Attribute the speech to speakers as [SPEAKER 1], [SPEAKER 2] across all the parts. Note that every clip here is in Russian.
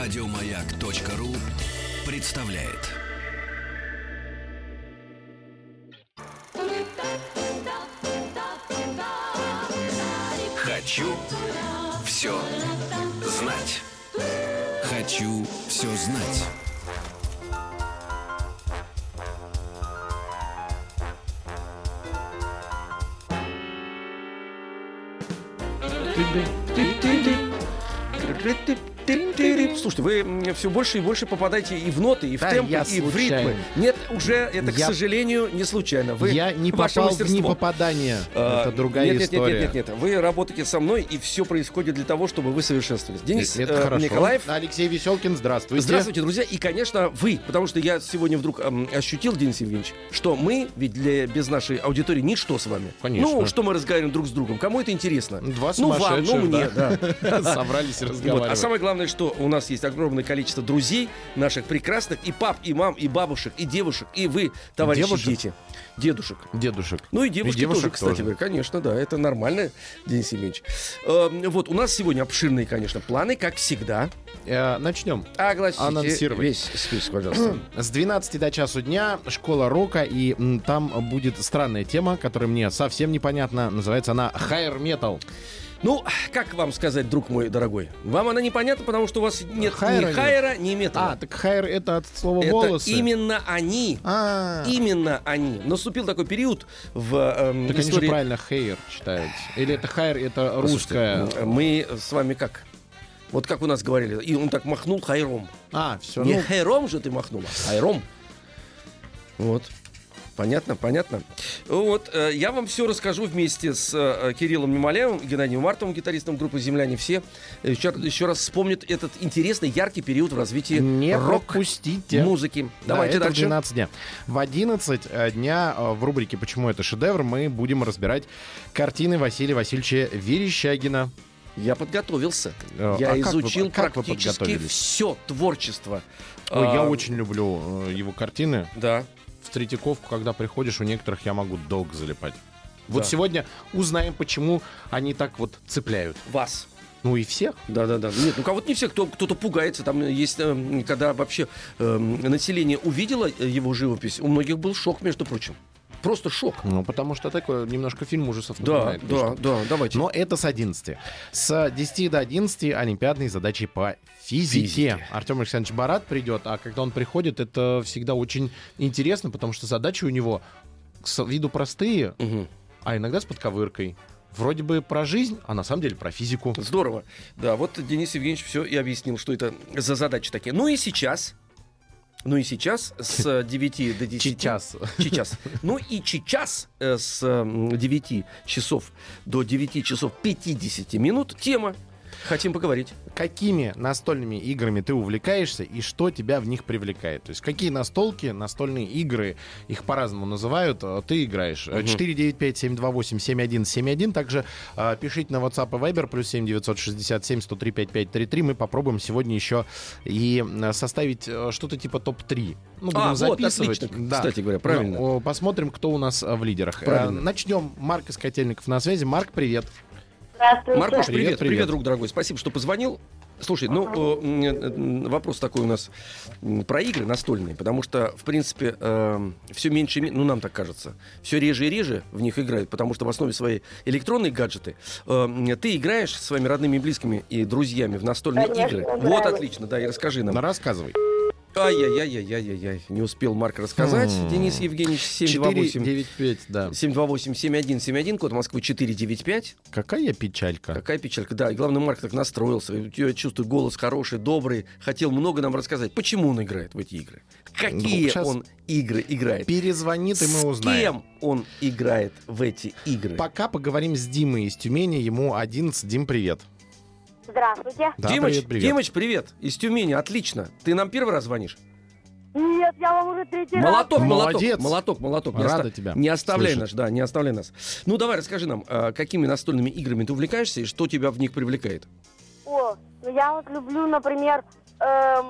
[SPEAKER 1] Радиомаяк.ру представляет. Хочу все знать. Хочу все знать.
[SPEAKER 2] Слушайте, вы все больше и больше попадаете и в ноты, и в
[SPEAKER 3] Да,
[SPEAKER 2] темп,
[SPEAKER 3] я
[SPEAKER 2] и в
[SPEAKER 3] случайно.
[SPEAKER 2] ритмы. Нет, уже это, к
[SPEAKER 3] Я-
[SPEAKER 2] сожалению, не случайно. Вы,
[SPEAKER 3] Я не
[SPEAKER 2] ваше
[SPEAKER 3] попал в
[SPEAKER 2] мастерство.
[SPEAKER 3] непопадание.
[SPEAKER 2] А,
[SPEAKER 3] Это другая
[SPEAKER 2] нет, нет,
[SPEAKER 3] история.
[SPEAKER 2] Нет, нет, нет, нет. Вы работаете со мной, и все происходит для того, чтобы вы совершенствовались. Денис
[SPEAKER 3] Это
[SPEAKER 2] э,
[SPEAKER 3] хорошо.
[SPEAKER 2] Николаев.
[SPEAKER 3] Алексей Веселкин, здравствуйте.
[SPEAKER 2] Здравствуйте, друзья, и, конечно, вы, потому что я сегодня вдруг эм, ощутил, Денис Евгеньевич, что мы, ведь для, без нашей аудитории ничто с вами.
[SPEAKER 3] Конечно.
[SPEAKER 2] Ну, что мы разговариваем друг с другом, кому это интересно?
[SPEAKER 3] Два
[SPEAKER 2] ну, вам, ну,
[SPEAKER 3] сумасшедших,
[SPEAKER 2] мне, да.
[SPEAKER 3] Собрались и
[SPEAKER 2] Вот. А
[SPEAKER 3] разговаривать.
[SPEAKER 2] самое главное, что у нас есть огромное количество друзей наших прекрасных, и пап, и мам, и бабушек, и девушек, и вы, товарищи
[SPEAKER 3] Девушек?
[SPEAKER 2] дети. Дедушек.
[SPEAKER 3] Дедушек.
[SPEAKER 2] Ну и девушки
[SPEAKER 3] И девушек
[SPEAKER 2] тоже, кстати
[SPEAKER 3] тоже.
[SPEAKER 2] говоря. Конечно, да, это нормально, Денис Семенович. Эм, вот, у нас сегодня обширные, конечно, планы, как всегда.
[SPEAKER 3] Э, Начнем.
[SPEAKER 2] Огласите
[SPEAKER 3] Анонсировать.
[SPEAKER 2] весь список, пожалуйста.
[SPEAKER 3] С 12 до часу дня школа рока, и м, там будет странная тема, которая мне совсем непонятна. Называется она Higher Metal.
[SPEAKER 2] ну, как вам сказать, друг мой дорогой? Вам она непонятна, потому что у вас нет
[SPEAKER 3] Хайра
[SPEAKER 2] ни
[SPEAKER 3] нет.
[SPEAKER 2] хайра, ни метра.
[SPEAKER 3] А, так Higher это от слова
[SPEAKER 2] это
[SPEAKER 3] волосы.
[SPEAKER 2] именно они.
[SPEAKER 3] А,
[SPEAKER 2] Именно они. Наступил такой период в эм,
[SPEAKER 3] так они же
[SPEAKER 2] истории
[SPEAKER 3] правильно Hair читают. Или это Higher это русская.
[SPEAKER 2] Слушайте, Мы с вами как? Вот как у нас говорили, и он так махнул хайром.
[SPEAKER 3] А, все.
[SPEAKER 2] Не хайром же ты махнул, а хайром. Вот. Понятно, понятно. Вот, э, я вам все расскажу вместе с э, Кириллом Немоляевым и Геннадием Мартовым, гитаристом группы «Земляне все». Еще, еще раз вспомнят этот интересный, яркий период в развитии
[SPEAKER 3] не
[SPEAKER 2] рок-музыки.
[SPEAKER 3] пропустите. Да,
[SPEAKER 2] Давайте
[SPEAKER 3] это в
[SPEAKER 2] дальше.
[SPEAKER 3] 12 дня. В 11 э, дня э, в рубрике «Почему это шедевр» мы будем разбирать картины Василия Васильевича Верещагина.
[SPEAKER 2] Я подготовился.
[SPEAKER 3] Э,
[SPEAKER 2] я
[SPEAKER 3] а как вы-
[SPEAKER 2] изучил
[SPEAKER 3] как вы
[SPEAKER 2] практически
[SPEAKER 3] подготовились?
[SPEAKER 2] все творчество.
[SPEAKER 3] Ой, я
[SPEAKER 2] А,
[SPEAKER 3] очень люблю э, его картины.
[SPEAKER 2] Да.
[SPEAKER 3] В Третьяковку, когда приходишь, у некоторых я могу долго залипать. Вот
[SPEAKER 2] Да.
[SPEAKER 3] сегодня узнаем, почему они так вот цепляют.
[SPEAKER 2] Вас.
[SPEAKER 3] Ну и всех.
[SPEAKER 2] Да, да, да. Нет, ну кого-то не все, кто, кто-то пугается. Там есть, эм, когда вообще эм, население увидело э, его живопись, у многих был шок, между прочим. Просто шок.
[SPEAKER 3] Ну, потому что такой немножко фильм ужасов
[SPEAKER 2] Да,
[SPEAKER 3] напоминает,
[SPEAKER 2] да,
[SPEAKER 3] конечно.
[SPEAKER 2] да, давайте.
[SPEAKER 3] Но это с 11. С 10 до 11 олимпиадные задачи по физике.
[SPEAKER 2] Физике.
[SPEAKER 3] Артем Александрович Барат придет, а когда он приходит, это всегда очень интересно, потому что задачи у него с виду простые,
[SPEAKER 2] Мгм.
[SPEAKER 3] а иногда с подковыркой. Вроде бы про жизнь, а на самом деле про физику.
[SPEAKER 2] Здорово. Да, вот Денис Евгеньевич все и объяснил, что это за задачи такие. Ну и сейчас. Ну и сейчас с э, 9 до 10.
[SPEAKER 3] Сейчас.
[SPEAKER 2] Сейчас. Ну и сейчас э, с эм, 9 часов до 9 часов 50 минут тема. Хотим поговорить.
[SPEAKER 3] Какими настольными играми ты увлекаешься и что тебя в них привлекает? То есть какие настолки, настольные игры, их по-разному называют, э, ты играешь? Э, 495-728-7171. Также э, пишите на WhatsApp и Viber, плюс 7967-103-5533. Мы попробуем сегодня еще и э, составить э, что-то типа топ-3. Ну,
[SPEAKER 2] А, вот, отлично, кстати говоря, правильно.
[SPEAKER 3] Ну, о, Посмотрим, кто у нас э, в лидерах. Э,
[SPEAKER 2] Правильно.
[SPEAKER 3] Начнем. Марк из Котельников на связи. Марк, привет.
[SPEAKER 4] Здравствуйте.
[SPEAKER 2] Маркуш, привет, привет,
[SPEAKER 3] Привет, привет.
[SPEAKER 2] друг дорогой. Спасибо, что позвонил. Слушай, ну э, м, э, вопрос такой у нас м, про игры настольные, потому что, в принципе, все меньше, и ме- ну нам так кажется, все реже и реже в них играют, потому что в основе своей электронные гаджеты. Э, м, Ты играешь со своими родными, близкими и друзьями в настольные
[SPEAKER 4] Конечно,
[SPEAKER 2] игры.
[SPEAKER 4] играю.
[SPEAKER 2] Вот отлично, да, и расскажи
[SPEAKER 3] Ну,
[SPEAKER 2] нам.
[SPEAKER 3] Рассказывай.
[SPEAKER 2] Ай-яй-яй-яй-яй-яй, не успел Марк рассказать.
[SPEAKER 3] М.
[SPEAKER 2] Денис Евгеньевич 728.
[SPEAKER 3] 495, да.
[SPEAKER 2] 728-7171, код Москвы 495.
[SPEAKER 3] Какая печалька.
[SPEAKER 2] А Какая печалька. Да, и главное, Марк так настроился. И Я чувствую, голос хороший, добрый. Хотел много нам рассказать. Почему он играет в эти игры? Какие
[SPEAKER 3] Ну, щас-
[SPEAKER 2] он игры играет?
[SPEAKER 3] Перезвонит, и мы
[SPEAKER 2] С кем
[SPEAKER 3] узнаем.
[SPEAKER 2] он играет в эти игры?
[SPEAKER 3] Пока поговорим с Димой из Тюмени. Ему 11. Дим, привет.
[SPEAKER 4] Здравствуйте.
[SPEAKER 3] Да,
[SPEAKER 2] Димыч,
[SPEAKER 3] привет, привет.
[SPEAKER 2] Димыч, привет. Из Тюмени, отлично. Ты нам первый раз звонишь?
[SPEAKER 4] Нет, я вам уже третий раз.
[SPEAKER 2] Молоток, молоток,
[SPEAKER 3] Молодец.
[SPEAKER 2] молоток, молоток. Не
[SPEAKER 3] Рада тебя
[SPEAKER 2] Не оставляй
[SPEAKER 3] слышать.
[SPEAKER 2] нас, да, не оставляй нас. Ну давай, расскажи нам, э, какими настольными играми ты увлекаешься и что тебя в них привлекает?
[SPEAKER 4] О, ну я вот люблю, например, эм,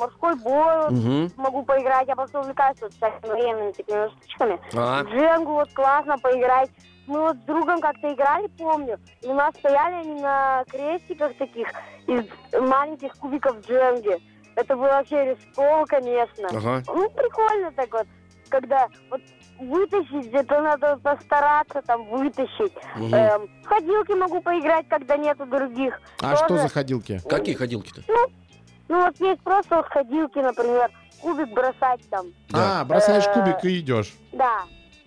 [SPEAKER 4] морской
[SPEAKER 5] Э,
[SPEAKER 4] бой. вот
[SPEAKER 2] Мгм.
[SPEAKER 4] Могу поиграть, я просто увлекаюсь вот всякими временными такими штучками.
[SPEAKER 2] А,
[SPEAKER 4] В Дженгу вот классно поиграть.
[SPEAKER 5] мы вот с другом как-то играли, помню, и у нас стояли они на крестиках таких из маленьких кубиков джемги. Это было вообще рисково, конечно.
[SPEAKER 2] Ага.
[SPEAKER 5] Ну, прикольно так вот, когда вот вытащить, это надо постараться там вытащить.
[SPEAKER 2] Мгм.
[SPEAKER 5] Эм, в ходилки могу поиграть, когда нету других.
[SPEAKER 3] А что
[SPEAKER 5] Тоже.
[SPEAKER 3] за ходилки?
[SPEAKER 2] Какие ходилки-то?
[SPEAKER 5] Ну, вот есть просто вот ходилки, например, кубик бросать там.
[SPEAKER 2] Да.
[SPEAKER 3] А, бросаешь
[SPEAKER 5] Э,
[SPEAKER 3] кубик и идешь.
[SPEAKER 5] Да,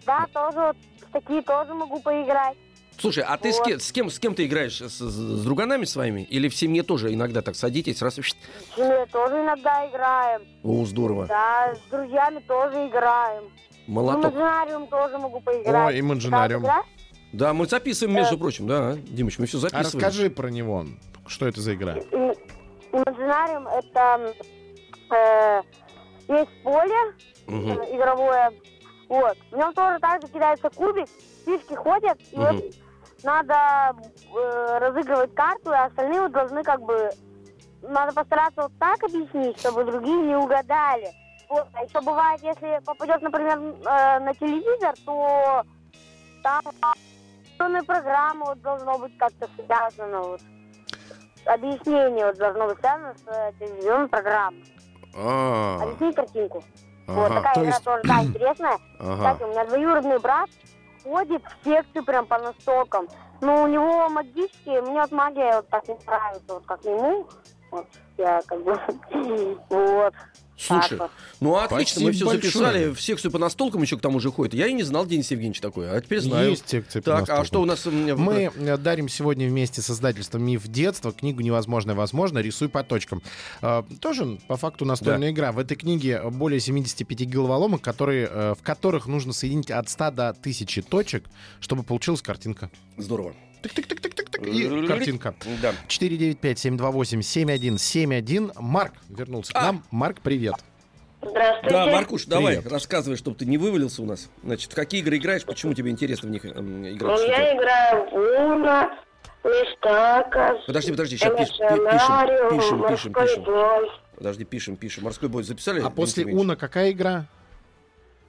[SPEAKER 5] да, тоже вот в такие тоже могу поиграть.
[SPEAKER 2] Слушай, а ты с
[SPEAKER 5] вот.
[SPEAKER 2] кем, с кем с кем ты играешь? С, с друганами своими? Или в семье тоже иногда так садитесь, раз и пшт?
[SPEAKER 5] С семьей тоже иногда играем.
[SPEAKER 2] О, здорово.
[SPEAKER 5] Да, с друзьями тоже играем. В
[SPEAKER 2] Молоток.
[SPEAKER 5] Имагинариум тоже могу поиграть.
[SPEAKER 3] О, имаджинариум.
[SPEAKER 5] Да,
[SPEAKER 2] Да, мы записываем, между прочим, да, Димыч, мы все
[SPEAKER 3] А
[SPEAKER 2] записываем.
[SPEAKER 3] расскажи про него. Что это за игра?
[SPEAKER 5] игра. И- Имагинариум это э, есть поле
[SPEAKER 2] Мгм.
[SPEAKER 5] э, игровое. Вот. В нем тоже так же кидается кубик, фишки ходят, и
[SPEAKER 2] Мгм.
[SPEAKER 5] вот надо э, разыгрывать карту, и остальные вот должны как бы... Надо постараться вот так объяснить, чтобы другие не угадали. Вот. А еще бывает, если попадет, например, э, на телевизор, то там авторная программа вот должно быть как-то связано. Вот. Объяснение вот должно быть связано с э, телевизионной программой.
[SPEAKER 2] А,
[SPEAKER 5] Объяснить картинку. Вот
[SPEAKER 2] ага,
[SPEAKER 5] такая
[SPEAKER 3] то
[SPEAKER 5] игра
[SPEAKER 3] есть-
[SPEAKER 5] тоже, да, интересная. Кстати,
[SPEAKER 2] ага.
[SPEAKER 5] у меня двоюродный брат ходит в секцию прям по настолкам. Но у него магические, мне вот магия вот так не нравится, вот как ему. Вот, я как бы, вот.
[SPEAKER 2] Слушай,
[SPEAKER 5] так вот.
[SPEAKER 2] ну отлично,
[SPEAKER 3] Спасибо
[SPEAKER 2] мы все
[SPEAKER 3] большое.
[SPEAKER 2] записали, в секцию по настолкам еще к тому же ходит. Я и не знал, Денис Евгеньевич, такое, а теперь знаю.
[SPEAKER 3] Есть секция по
[SPEAKER 2] Так, а
[SPEAKER 3] настолкам.
[SPEAKER 2] что у нас... м, в-
[SPEAKER 3] Мы э, дарим сегодня вместе с издательством «Миф детства» книгу «Невозможное возможно. Рисуй по точкам». Э, Тоже, по факту, настольная игра. В этой книге более 75 головоломок, которые, э, в которых нужно соединить от 100 до 1000 точек, чтобы получилась картинка.
[SPEAKER 2] Здорово.
[SPEAKER 3] Тык-тык-тык-тык-тык, и картинка.
[SPEAKER 2] Да.
[SPEAKER 3] 495-728-7171. Марк вернулся к
[SPEAKER 2] А.
[SPEAKER 3] нам. Марк, привет.
[SPEAKER 5] Здравствуйте.
[SPEAKER 2] Да, Маркуш, давай,
[SPEAKER 3] Привет.
[SPEAKER 2] рассказывай, чтобы ты не вывалился у нас. Значит, в какие игры играешь, почему тебе интересно в них эм, играть?
[SPEAKER 5] Ну,
[SPEAKER 2] Что
[SPEAKER 5] я
[SPEAKER 2] тебе-
[SPEAKER 5] играю в Уна, Листака,
[SPEAKER 2] Подожди, подожди, сейчас пиш- пи- пишем, пишем, пишем,
[SPEAKER 5] морской
[SPEAKER 2] пишем.
[SPEAKER 5] бой.
[SPEAKER 2] Подожди, пишем, пишем. Морской бой записали?
[SPEAKER 3] А
[SPEAKER 2] Денис
[SPEAKER 3] после
[SPEAKER 2] Евгеньевич?
[SPEAKER 3] Уна какая игра?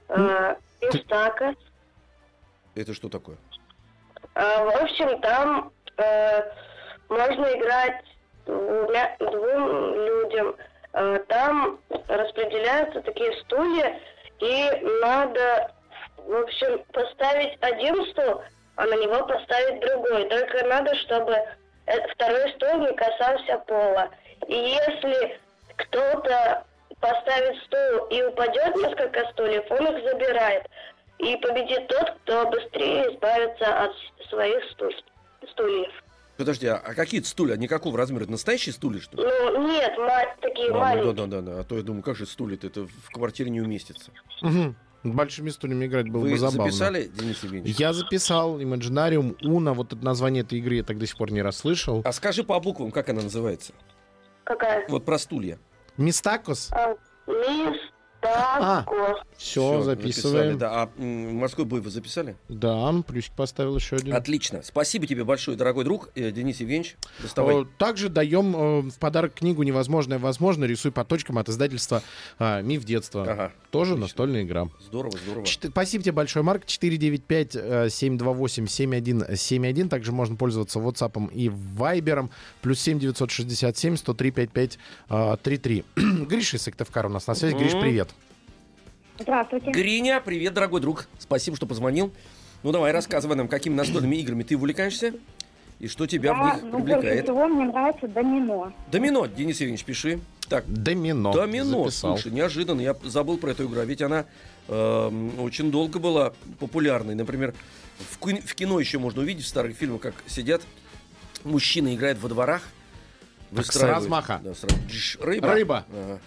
[SPEAKER 5] э, Листака.
[SPEAKER 2] Это что такое?
[SPEAKER 5] А, В общем, там э, можно играть двумя- двум людям. А, Там распределяются такие стулья, и надо, в общем, поставить один стул, а на него поставить другой. Только надо, чтобы э, второй стул не касался пола. И если кто-то поставит стул и упадет несколько стульев, он их забирает. И победит тот, кто быстрее избавится от с- своих стуль- стульев.
[SPEAKER 2] Подожди, а, а какие это стулья? Они какого размера? Это настоящие стулья, что ли?
[SPEAKER 5] Ну, нет, ма- такие
[SPEAKER 2] А, ну
[SPEAKER 5] маленькие.
[SPEAKER 2] да, да, да, да. А то я думаю, как же стулья-то это в квартире не уместится.
[SPEAKER 3] Угу. Большими стульями играть было
[SPEAKER 2] Вы
[SPEAKER 3] бы забавно.
[SPEAKER 2] записали, Денис Евгеньевич?
[SPEAKER 3] Я записал Imaginarium Уна. Вот это название этой игры я так до сих пор не расслышал.
[SPEAKER 2] А скажи по буквам, как она называется?
[SPEAKER 5] Какая?
[SPEAKER 2] Вот про стулья.
[SPEAKER 3] Мистакос.
[SPEAKER 5] А, Мистакос.
[SPEAKER 3] Все,
[SPEAKER 2] Всё, записали,
[SPEAKER 3] записываем. Да.
[SPEAKER 2] да. А м, морской бой вы записали?
[SPEAKER 3] плюсик поставил еще один.
[SPEAKER 2] Отлично. Спасибо тебе большое, дорогой друг, э, Денис Евгеньевич. Доставай.
[SPEAKER 3] Э, Также даем э, в подарок книгу «Невозможное возможно. Рисуй по точкам» от издательства э, «Миф детства».
[SPEAKER 2] Ага.
[SPEAKER 3] Тоже
[SPEAKER 2] Отлично.
[SPEAKER 3] настольная игра.
[SPEAKER 2] Здорово, здорово.
[SPEAKER 3] Чет- Спасибо тебе большое, Марк. э, 495-728-7171. Также можно пользоваться WhatsApp и Viber. Плюс 7 967 103 5533. э, Гриша из Сыктывкара у нас на связи. Гриш,
[SPEAKER 2] Мгм.
[SPEAKER 3] привет.
[SPEAKER 6] Здравствуйте.
[SPEAKER 2] Гриня, привет, дорогой друг. Спасибо, что позвонил. Ну давай, рассказывай нам, какими настольными играми ты увлекаешься и что тебя
[SPEAKER 6] Да,
[SPEAKER 2] в них
[SPEAKER 6] ну, больше
[SPEAKER 2] привлекает.
[SPEAKER 6] всего мне нравится домино.
[SPEAKER 2] Домино, Денис Евгеньевич, пиши. Так,
[SPEAKER 3] Домино.
[SPEAKER 2] Домино,
[SPEAKER 3] Записал.
[SPEAKER 2] слушай, неожиданно, я забыл про эту игру, а ведь она эм, очень долго была популярной. Например, в, кин- в кино еще можно увидеть в старых фильмах, как сидят мужчины играют во дворах, выстраивают-
[SPEAKER 3] размаха.
[SPEAKER 2] Да, с раз- Джж, Рыба.
[SPEAKER 3] Рыба.
[SPEAKER 2] Ага.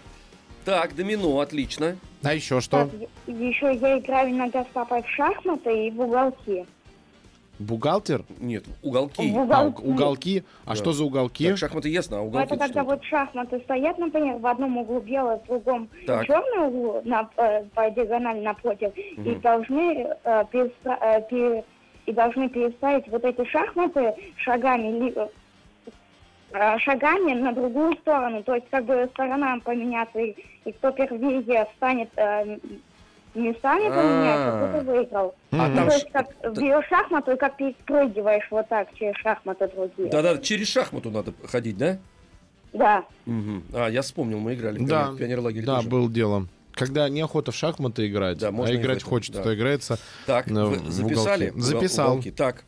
[SPEAKER 2] Так, домино, отлично.
[SPEAKER 3] А еще что?
[SPEAKER 6] Так, е- еще я играю иногда с папой в шахматы и в уголки.
[SPEAKER 3] Бухгалтер?
[SPEAKER 2] Нет, уголки.
[SPEAKER 6] В
[SPEAKER 3] А,
[SPEAKER 6] уголки.
[SPEAKER 3] у- уголки. А
[SPEAKER 2] Да.
[SPEAKER 3] что за уголки?
[SPEAKER 2] Так, шахматы ясно, а
[SPEAKER 6] Ну,
[SPEAKER 2] уголки
[SPEAKER 6] это когда
[SPEAKER 2] что это?
[SPEAKER 6] вот шахматы стоят, например, в одном углу белое, в другом
[SPEAKER 2] Так.
[SPEAKER 6] черное углу на, э, по диагонали напротив, и
[SPEAKER 2] Мгм.
[SPEAKER 6] должны э, переста- э, пере- и должны переставить вот эти шахматы шагами ли- э, шагами на другую сторону, то есть как бы сторонам поменяться, и, и кто первее встанет э,
[SPEAKER 5] местами поменяться, кто-то выиграл.
[SPEAKER 2] А
[SPEAKER 5] Ну,
[SPEAKER 2] там
[SPEAKER 5] то есть
[SPEAKER 2] ш-
[SPEAKER 5] как берешь шахмату и как перепрыгиваешь вот так через шахматы другие.
[SPEAKER 2] Да-да, через шахмату надо ходить, да?
[SPEAKER 5] Да.
[SPEAKER 2] Мгм. А, я вспомнил, мы играли в
[SPEAKER 3] Да.
[SPEAKER 2] пионер- в пионерлагере
[SPEAKER 3] Да,
[SPEAKER 2] тоже.
[SPEAKER 3] было дело. Когда неохота в шахматы играть,
[SPEAKER 2] Да,
[SPEAKER 3] а
[SPEAKER 2] можно и в
[SPEAKER 3] играть
[SPEAKER 2] это,
[SPEAKER 3] хочется,
[SPEAKER 2] да.
[SPEAKER 3] то играется.
[SPEAKER 2] Так,
[SPEAKER 3] Ну,
[SPEAKER 2] вы
[SPEAKER 3] в
[SPEAKER 2] записали?
[SPEAKER 3] уголке. Записал.
[SPEAKER 2] Уголки. Так,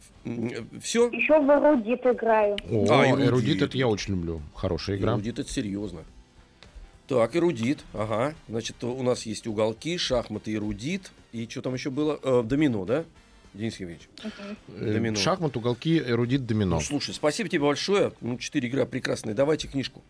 [SPEAKER 2] все?
[SPEAKER 5] Еще в эрудит играю.
[SPEAKER 3] О,
[SPEAKER 2] А,
[SPEAKER 3] эрудит.
[SPEAKER 2] эрудит.
[SPEAKER 3] это я очень люблю. Хорошая игра.
[SPEAKER 2] Эрудит это серьезно. Так, эрудит. Ага. Значит, у нас есть уголки, шахматы, эрудит. И что там еще было? Э, домино, да? Денис Евгеньевич.
[SPEAKER 3] Э,
[SPEAKER 2] Домино.
[SPEAKER 3] Шахмат, уголки, эрудит, домино.
[SPEAKER 2] Ну, слушай, спасибо тебе большое. Ну, четыре игра прекрасные. Давайте книжку.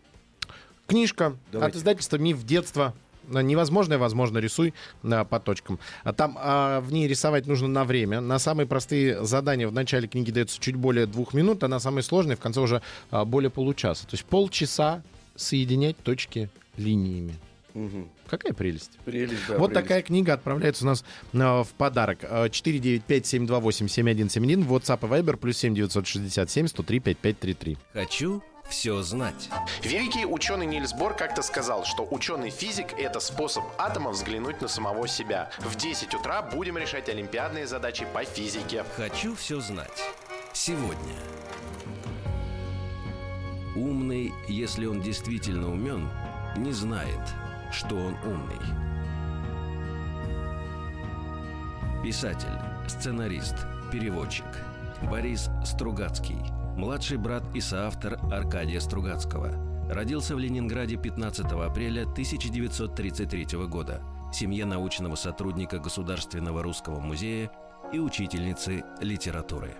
[SPEAKER 3] Книжка от
[SPEAKER 2] Давайте.
[SPEAKER 3] издательства «Миф детства». На Невозможное, возможно, рисуй на, по точкам. А там а, в ней рисовать нужно на время. На самые простые задания в начале книги дается чуть более двух минут, а на самые сложные в конце уже а, более получаса. То есть полчаса соединять точки линиями.
[SPEAKER 2] Мгм.
[SPEAKER 3] Какая прелесть.
[SPEAKER 2] Прелесть, да,
[SPEAKER 3] вот
[SPEAKER 2] прелесть.
[SPEAKER 3] такая книга отправляется у нас э, в подарок. Э, 495-728-7171, WhatsApp и Viber, плюс 7-967-103-5533.
[SPEAKER 1] Хочу все знать.
[SPEAKER 7] Великий ученый Нильс Бор как-то сказал, что ученый-физик — это способ атомов взглянуть на самого себя. В 10 утра будем решать олимпиадные задачи по физике.
[SPEAKER 1] Хочу все знать. Сегодня. Умный, если он действительно умен, не знает, что он умный. Писатель, сценарист, переводчик. Борис Стругацкий. Младший брат и соавтор Аркадия Стругацкого. Родился в Ленинграде 15 апреля 1933 года. в Семье научного сотрудника Государственного русского музея и учительницы литературы.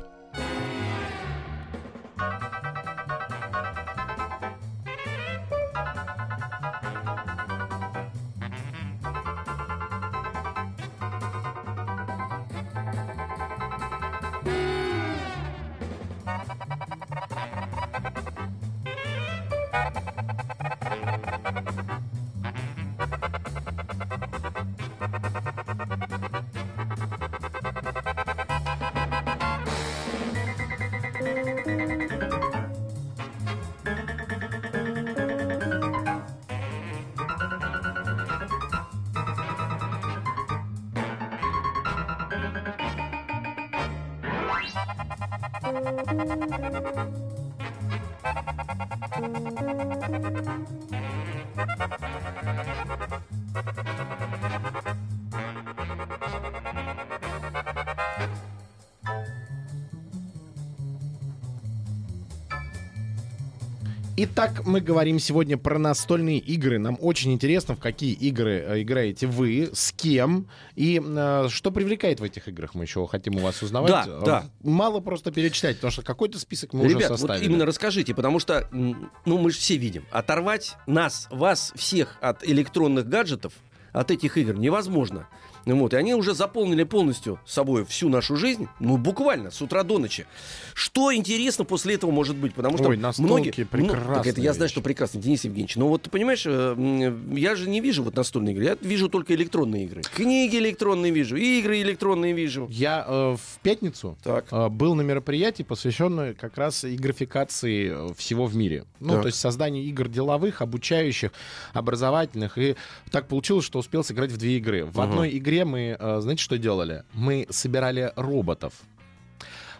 [SPEAKER 3] Итак, мы говорим сегодня про настольные игры. Нам очень интересно, в какие игры э, играете вы, с кем и э, что привлекает в этих играх. Мы еще хотим у вас узнавать.
[SPEAKER 2] Да, да.
[SPEAKER 3] Мало просто перечислять, потому что какой-то список мы уже
[SPEAKER 2] Ребят, вот
[SPEAKER 3] составили.
[SPEAKER 2] именно расскажите, потому что, м, ну, мы же все видим, оторвать нас, вас всех от электронных гаджетов, от этих игр невозможно. Ну Вот, и они уже заполнили полностью собой всю нашу жизнь, ну, буквально, с утра до ночи. Что интересно после этого может быть? Потому что
[SPEAKER 3] Ой, настолки
[SPEAKER 2] многие... ну,
[SPEAKER 3] прекрасная
[SPEAKER 2] так это я знаю,
[SPEAKER 3] вещь.
[SPEAKER 2] что прекрасно, Денис Евгеньевич. Но вот, ты понимаешь, э, м, я же не вижу вот настольные игры, я вижу только электронные игры. Книги электронные вижу, игры электронные вижу.
[SPEAKER 3] Я э, в пятницу
[SPEAKER 2] Так.
[SPEAKER 3] э, был на мероприятии, посвященное как раз и графикации э, всего в мире. Ну,
[SPEAKER 2] Так.
[SPEAKER 3] то есть созданию игр деловых, обучающих, образовательных. И так получилось, что успел сыграть в две игры. В
[SPEAKER 2] Ага.
[SPEAKER 3] одной игре мы, э, знаете, что делали? Мы собирали роботов.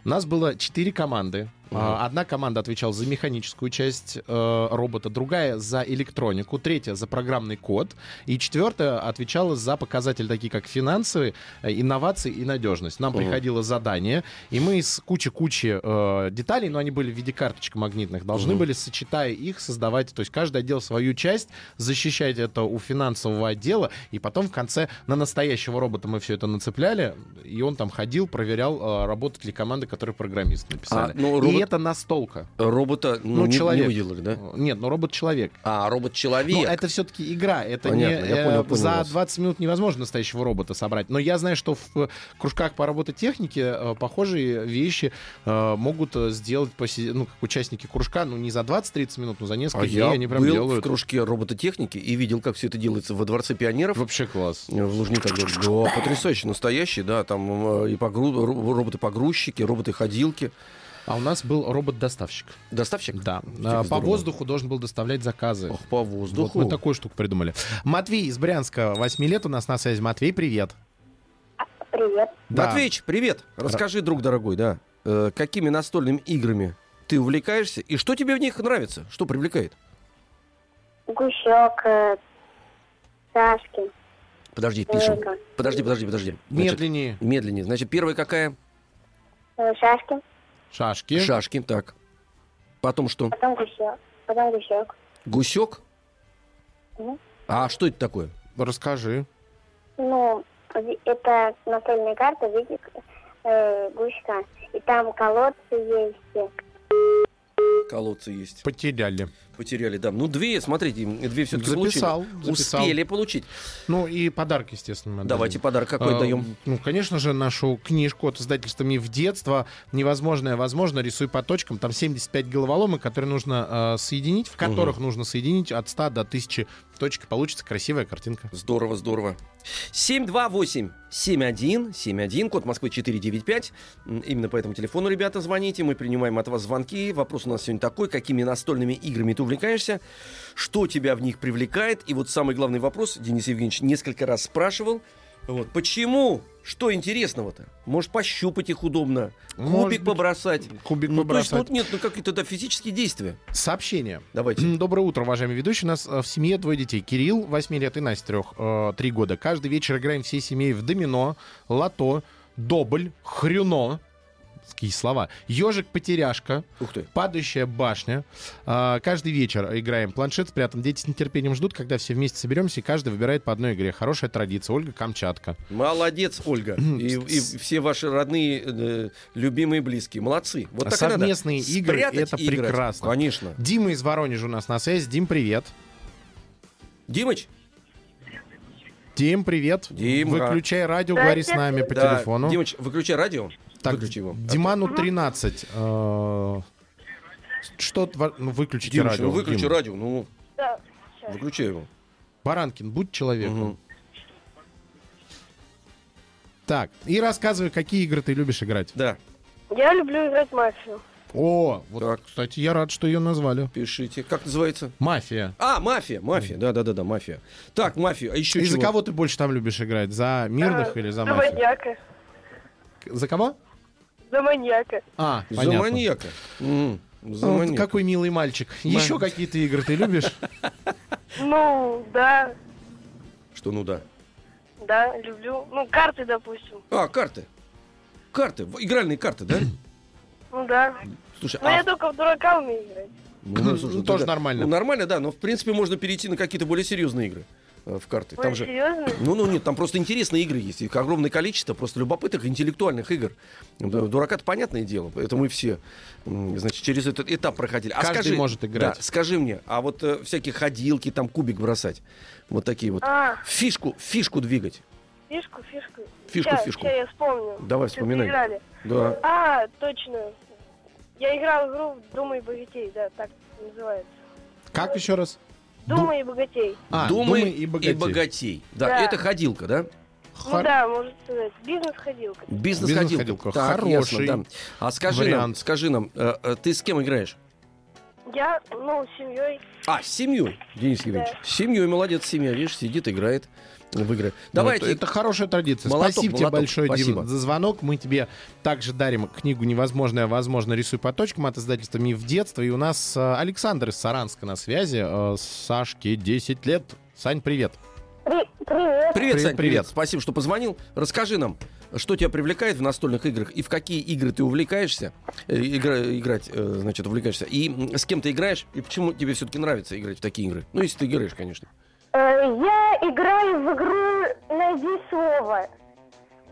[SPEAKER 3] У нас было четыре команды.
[SPEAKER 2] Ага.
[SPEAKER 3] А, Одна команда отвечала за механическую часть э, робота, другая за электронику, третья за программный код, и четвертая отвечала за показатели такие как финансовые, э, инновации и надежность. Нам
[SPEAKER 2] Ага.
[SPEAKER 3] приходило задание, и мы из кучи-кучи э, деталей, но они были в виде карточек магнитных, должны
[SPEAKER 2] Мгм.
[SPEAKER 3] были, сочетая их, создавать, то есть каждый отдел свою часть, защищать это у финансового отдела, и потом в конце на настоящего робота мы все это нацепляли, и он там ходил, проверял, э, работает ли команда, которую программист написали.
[SPEAKER 2] А, ну, робот-
[SPEAKER 3] И это настолка.
[SPEAKER 2] Робота, ну,
[SPEAKER 3] Ну,
[SPEAKER 2] не, не
[SPEAKER 3] человек.
[SPEAKER 2] выделали, да?
[SPEAKER 3] Э, Нет, ну робот-человек.
[SPEAKER 2] А, робот-человек.
[SPEAKER 3] Ну, это все-таки игра. Это
[SPEAKER 2] Понятно,
[SPEAKER 3] не
[SPEAKER 2] я понял,
[SPEAKER 3] э,
[SPEAKER 2] понял
[SPEAKER 3] за
[SPEAKER 2] вас.
[SPEAKER 3] 20 минут невозможно настоящего робота собрать. Но я знаю, что в э, кружках по робототехнике э, похожие вещи э, могут э, сделать посе- ну, как участники кружка, ну не за 20-30 минут, но за несколько
[SPEAKER 2] А
[SPEAKER 3] дней
[SPEAKER 2] я
[SPEAKER 3] они прям
[SPEAKER 2] был в
[SPEAKER 3] делают.
[SPEAKER 2] кружке робототехники и видел, как все это делается во Дворце пионеров. Э,
[SPEAKER 3] Вообще класс.
[SPEAKER 2] В Лужниках. Говорю, Да, потрясающе, настоящий, да, там э, и погру... ро- роботы-погрузчики, роботы-ходилки.
[SPEAKER 3] А у нас был робот-доставщик.
[SPEAKER 2] Доставщик?
[SPEAKER 3] Да.
[SPEAKER 2] Как
[SPEAKER 3] Э, По
[SPEAKER 2] здорово.
[SPEAKER 3] воздуху должен был доставлять заказы.
[SPEAKER 2] Ох, по воздуху.
[SPEAKER 3] Вот мы такую штуку придумали. Матвей из Брянска, 8 лет у нас на связи. Матвей, привет.
[SPEAKER 5] привет.
[SPEAKER 3] Да.
[SPEAKER 2] Матвеич, привет. Расскажи, друг дорогой, да, э, какими настольными играми ты увлекаешься и что тебе в них нравится, что привлекает?
[SPEAKER 5] Гущок, э, Сашки.
[SPEAKER 2] Подожди, пишем.
[SPEAKER 5] Эго.
[SPEAKER 2] Подожди, подожди, подожди. Значит,
[SPEAKER 3] Медленнее.
[SPEAKER 2] медленнее. Значит, первая какая?
[SPEAKER 5] э, Шашки,
[SPEAKER 3] Шашки.
[SPEAKER 2] Шашки, так. Потом что?
[SPEAKER 5] потом гущок, потом гущок.
[SPEAKER 2] Гусек?
[SPEAKER 5] Мгм.
[SPEAKER 2] А что это такое?
[SPEAKER 3] Расскажи.
[SPEAKER 5] Ну, ви- это настольная карта в виде э, гуська. И там колодцы есть.
[SPEAKER 2] Колодцы есть.
[SPEAKER 3] Потеряли.
[SPEAKER 2] Потеряли, да. Ну, две, смотрите, им две все-таки
[SPEAKER 3] Записал,
[SPEAKER 2] получили.
[SPEAKER 3] записал.
[SPEAKER 2] Успели получить.
[SPEAKER 3] Ну и подарок, естественно. мы отдадим.
[SPEAKER 2] Давайте подарок какой
[SPEAKER 3] А,
[SPEAKER 2] даем.
[SPEAKER 3] Ну, конечно же, нашу книжку от издательства «Миф детства». Невозможное, возможно, рисуй по точкам. Там 75 головоломок, которые нужно э, соединить, в которых нужно соединить от 100 до 1000 точек. Получится красивая картинка.
[SPEAKER 2] Здорово, здорово. 728-7171, код Москвы 495. М, Именно по этому телефону, ребята, звоните. Мы принимаем от вас звонки. Вопрос у нас сегодня такой. Какими настольными играми ты увлекаешься? Что тебя в них привлекает? И вот самый главный вопрос, Денис Евгеньевич несколько раз спрашивал. Вот. Почему? Что интересного-то? Может, пощупать их удобно? Кубик
[SPEAKER 3] Может быть,
[SPEAKER 2] побросать?
[SPEAKER 3] Кубик
[SPEAKER 2] Ну, то есть
[SPEAKER 3] побросать.
[SPEAKER 2] тут нет, ну как это, да, физические действия.
[SPEAKER 3] Сообщение.
[SPEAKER 2] Давайте.
[SPEAKER 3] Доброе утро, уважаемые ведущие. У нас э, в семье двое детей. Кирилл, 8 лет, и Настя, 3, года. Каждый вечер играем всей семьей в домино, лото, добль, хрюно. Какие слова. Ежик-потеряшка,
[SPEAKER 2] Ух ты.
[SPEAKER 3] Падающая башня. А, Каждый вечер играем планшет спрятан. Дети с нетерпением ждут, когда все вместе соберемся, и каждый выбирает по одной игре. Хорошая традиция. Ольга Камчатка.
[SPEAKER 2] Молодец, Ольга. И, и все ваши родные, э, любимые, близкие. Молодцы. Вот так и надо.
[SPEAKER 3] Совместные игры
[SPEAKER 2] Спрятать
[SPEAKER 3] это
[SPEAKER 2] и играть.
[SPEAKER 3] прекрасно.
[SPEAKER 2] Конечно.
[SPEAKER 3] Дима из Воронежа у нас на связи. Дим, привет.
[SPEAKER 2] Димыч,
[SPEAKER 3] Дим, привет.
[SPEAKER 2] Дима.
[SPEAKER 3] Выключай радио, говори с нами по
[SPEAKER 2] Да,
[SPEAKER 3] телефону.
[SPEAKER 2] Димыч, выключай радио.
[SPEAKER 3] Так,
[SPEAKER 2] Выключи его.
[SPEAKER 3] Диману 13. э, Что во- ну, выключите
[SPEAKER 2] Димыч,
[SPEAKER 3] радио.
[SPEAKER 2] ну выключи
[SPEAKER 3] Дим.
[SPEAKER 2] радио, ну
[SPEAKER 5] Да,
[SPEAKER 2] выключай его.
[SPEAKER 3] Баранкин, будь человеком.
[SPEAKER 2] Мгм.
[SPEAKER 3] Так, и рассказывай, какие игры ты любишь играть.
[SPEAKER 2] Да,
[SPEAKER 5] Я люблю играть в мафию.
[SPEAKER 3] О, вот,
[SPEAKER 2] Так.
[SPEAKER 3] кстати, я рад, что ее назвали.
[SPEAKER 2] пишите. Как называется?
[SPEAKER 3] Мафия.
[SPEAKER 2] А, мафия, мафия, да, да, да, да, мафия. Так, мафия, а еще
[SPEAKER 3] И за
[SPEAKER 2] чего?
[SPEAKER 3] кого ты больше там любишь играть? За мирных или за
[SPEAKER 5] За
[SPEAKER 3] мафию?
[SPEAKER 5] маньяка.
[SPEAKER 3] За кого?
[SPEAKER 5] За маньяка.
[SPEAKER 3] А,
[SPEAKER 2] За
[SPEAKER 3] понятно. Ну,
[SPEAKER 2] маньяка. М, За
[SPEAKER 3] Вот
[SPEAKER 2] маньяка.
[SPEAKER 3] какой милый мальчик. Еще какие-то игры ты любишь?
[SPEAKER 5] Ну, да,
[SPEAKER 2] Что, ну да.
[SPEAKER 5] да, люблю. Ну, карты, допустим.
[SPEAKER 2] А, карты. Карты, в- игральные карты, да?
[SPEAKER 5] Ну, да.
[SPEAKER 2] Слушай,
[SPEAKER 5] Но
[SPEAKER 2] а
[SPEAKER 5] Ну, я только в дурака умею играть.
[SPEAKER 2] Ну,
[SPEAKER 3] Ну,
[SPEAKER 2] слушай,
[SPEAKER 3] тоже
[SPEAKER 2] да.
[SPEAKER 3] нормально.
[SPEAKER 2] Ну, нормально, да, но в принципе можно перейти на какие-то более серьезные игры э, в карты.
[SPEAKER 5] Ой,
[SPEAKER 2] Там же.
[SPEAKER 5] серьезно?
[SPEAKER 2] Ну, ну, нет, там просто интересные игры есть. Их огромное количество просто любопытных интеллектуальных игр. Ду- Дурака-то понятное дело, это мы все, м, значит, через этот этап проходили. А
[SPEAKER 3] Каждый
[SPEAKER 2] скажи,
[SPEAKER 3] может играть.
[SPEAKER 2] да, скажи мне, а вот э, всякие ходилки, там кубик бросать, вот такие вот.
[SPEAKER 5] А,
[SPEAKER 2] Фишку, фишку двигать.
[SPEAKER 5] фишку, фишку.
[SPEAKER 2] Фишку,
[SPEAKER 5] Ща,
[SPEAKER 2] фишку.
[SPEAKER 5] ща я вспомню.
[SPEAKER 2] Давай,
[SPEAKER 5] Чё
[SPEAKER 2] вспоминай.
[SPEAKER 5] играли.
[SPEAKER 2] Да.
[SPEAKER 5] А, точно. Я играл в игру «Думай богатей», да, так называется.
[SPEAKER 3] Как еще раз? Ду-
[SPEAKER 5] «Думай богатей».
[SPEAKER 3] А,
[SPEAKER 2] Думай,
[SPEAKER 3] думай и богатей.
[SPEAKER 2] Да,
[SPEAKER 5] Да.
[SPEAKER 2] это ходилка, да?
[SPEAKER 3] Хар-
[SPEAKER 5] Ну да, можно сказать. Бизнес-ходилка.
[SPEAKER 2] Бизнес-ходилка.
[SPEAKER 3] Бизнес-ходилка.
[SPEAKER 2] Так, ясно,
[SPEAKER 3] Хороший
[SPEAKER 2] да. А скажи нам,
[SPEAKER 3] вариант.
[SPEAKER 2] скажи нам, э, э, ты с кем играешь?
[SPEAKER 5] Я, ну, с семьей.
[SPEAKER 2] А, с семьей, Денис Евгеньевич. С семьей, молодец, семья, видишь, сидит, играет в игры. Давайте.
[SPEAKER 3] Вот Ну, это хорошая традиция.
[SPEAKER 2] Молоток,
[SPEAKER 3] спасибо тебе
[SPEAKER 2] молоток,
[SPEAKER 3] большое,
[SPEAKER 2] спасибо.
[SPEAKER 3] Дима, за звонок. Мы тебе также дарим книгу «Невозможное, возможно, рисуй по точкам» от издательства «Миф детства». И у нас э, Александр из Саранска на связи. Э, Сашке 10 лет. Сань, привет.
[SPEAKER 5] Привет.
[SPEAKER 2] Привет,
[SPEAKER 3] Привет,
[SPEAKER 2] Сань, привет.
[SPEAKER 3] привет.
[SPEAKER 2] Спасибо, что позвонил. Расскажи нам, что тебя привлекает в настольных играх и в какие игры ты увлекаешься, э, игра- играть, э, значит, увлекаешься, и м, с кем ты играешь, и почему тебе все-таки нравится играть в такие игры. Ну, если ты играешь, конечно.
[SPEAKER 5] Э, Я играю в игру «Найди слово»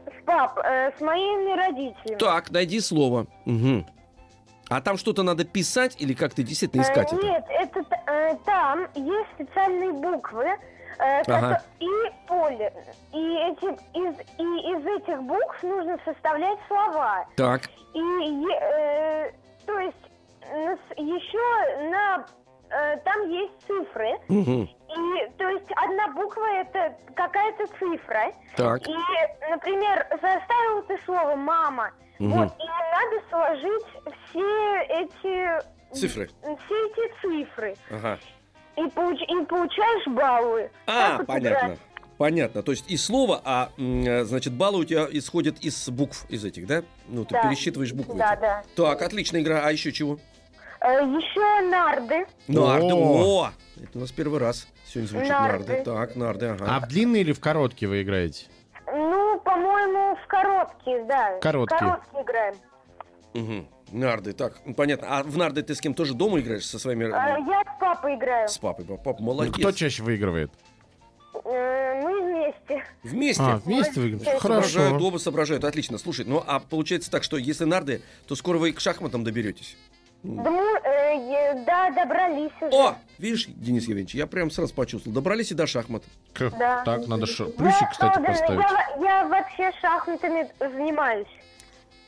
[SPEAKER 5] с пап, э, с моими родителями.
[SPEAKER 2] Так, найди слово. Мгм. А там что-то надо писать или как ты действительно искать
[SPEAKER 5] Э,
[SPEAKER 2] это?
[SPEAKER 5] Нет, это т- э, там есть специальные буквы э,
[SPEAKER 2] Ага.
[SPEAKER 5] кото- и поле. И, эти, из, и из этих букв нужно составлять слова.
[SPEAKER 2] Так,
[SPEAKER 5] И е- э, то есть на с- еще на э, там есть цифры.
[SPEAKER 2] Мгм.
[SPEAKER 5] И то есть одна буква это какая-то цифра.
[SPEAKER 2] так.
[SPEAKER 5] И, например, составил ты слово мама.
[SPEAKER 2] Мгм.
[SPEAKER 5] Вот, и надо сложить все эти
[SPEAKER 2] Цифры.
[SPEAKER 5] все эти цифры
[SPEAKER 2] Ага.
[SPEAKER 5] и, получ- и получаешь баллы.
[SPEAKER 2] А,
[SPEAKER 5] Так вот
[SPEAKER 2] понятно.
[SPEAKER 5] играть.
[SPEAKER 2] Понятно. То есть из слова, а м, э, значит, баллы у тебя исходят из букв, из этих, да? Ну, ты
[SPEAKER 5] Да.
[SPEAKER 2] пересчитываешь буквы.
[SPEAKER 5] Да,
[SPEAKER 2] эти.
[SPEAKER 5] да.
[SPEAKER 2] Так, отличная игра. А еще чего? Ну,
[SPEAKER 5] Еще нарды.
[SPEAKER 2] Нарды.
[SPEAKER 3] О!
[SPEAKER 2] О! Это у нас первый раз сегодня звучит нарды.
[SPEAKER 5] Нарды.
[SPEAKER 2] Так, нарды, ага.
[SPEAKER 3] А в длинные или в короткие вы играете?
[SPEAKER 5] Ну, по-моему, в короткие, да.
[SPEAKER 3] Короткие.
[SPEAKER 5] Короткие играем.
[SPEAKER 2] Мгм. Нарды, так, ну, понятно. А в нарды ты с кем тоже дома играешь? Со своими...
[SPEAKER 5] А,
[SPEAKER 2] э,
[SPEAKER 5] Я с папой играю.
[SPEAKER 2] С папой. Пап,
[SPEAKER 3] Ну,
[SPEAKER 2] молодец.
[SPEAKER 3] Кто чаще выигрывает?
[SPEAKER 5] Э, Мы вместе.
[SPEAKER 2] Вместе.
[SPEAKER 3] А, вместе выигрываете?
[SPEAKER 5] Соображаю,
[SPEAKER 2] Соображают,
[SPEAKER 3] Хорошо.
[SPEAKER 2] оба соображают. Отлично. Слушай, ну а получается так, что если нарды, то скоро вы и к шахматам доберетесь.
[SPEAKER 5] Да, мы, э, е- да, добрались уже.
[SPEAKER 2] О! Видишь, Денис Евгеньевич, я прям сразу почувствовал. Добрались и до шахмат.
[SPEAKER 3] К-
[SPEAKER 5] Да.
[SPEAKER 3] Так, надо ш-
[SPEAKER 5] Я
[SPEAKER 3] плюсик, кстати,
[SPEAKER 5] правда,
[SPEAKER 3] поставить.
[SPEAKER 5] Я, во- я вообще шахматами занимаюсь.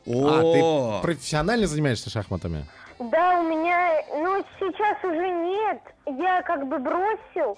[SPEAKER 3] А,
[SPEAKER 2] О! А,
[SPEAKER 3] ты профессионально занимаешься шахматами?
[SPEAKER 5] Да, у меня, ну, сейчас уже нет. Я как бы бросил,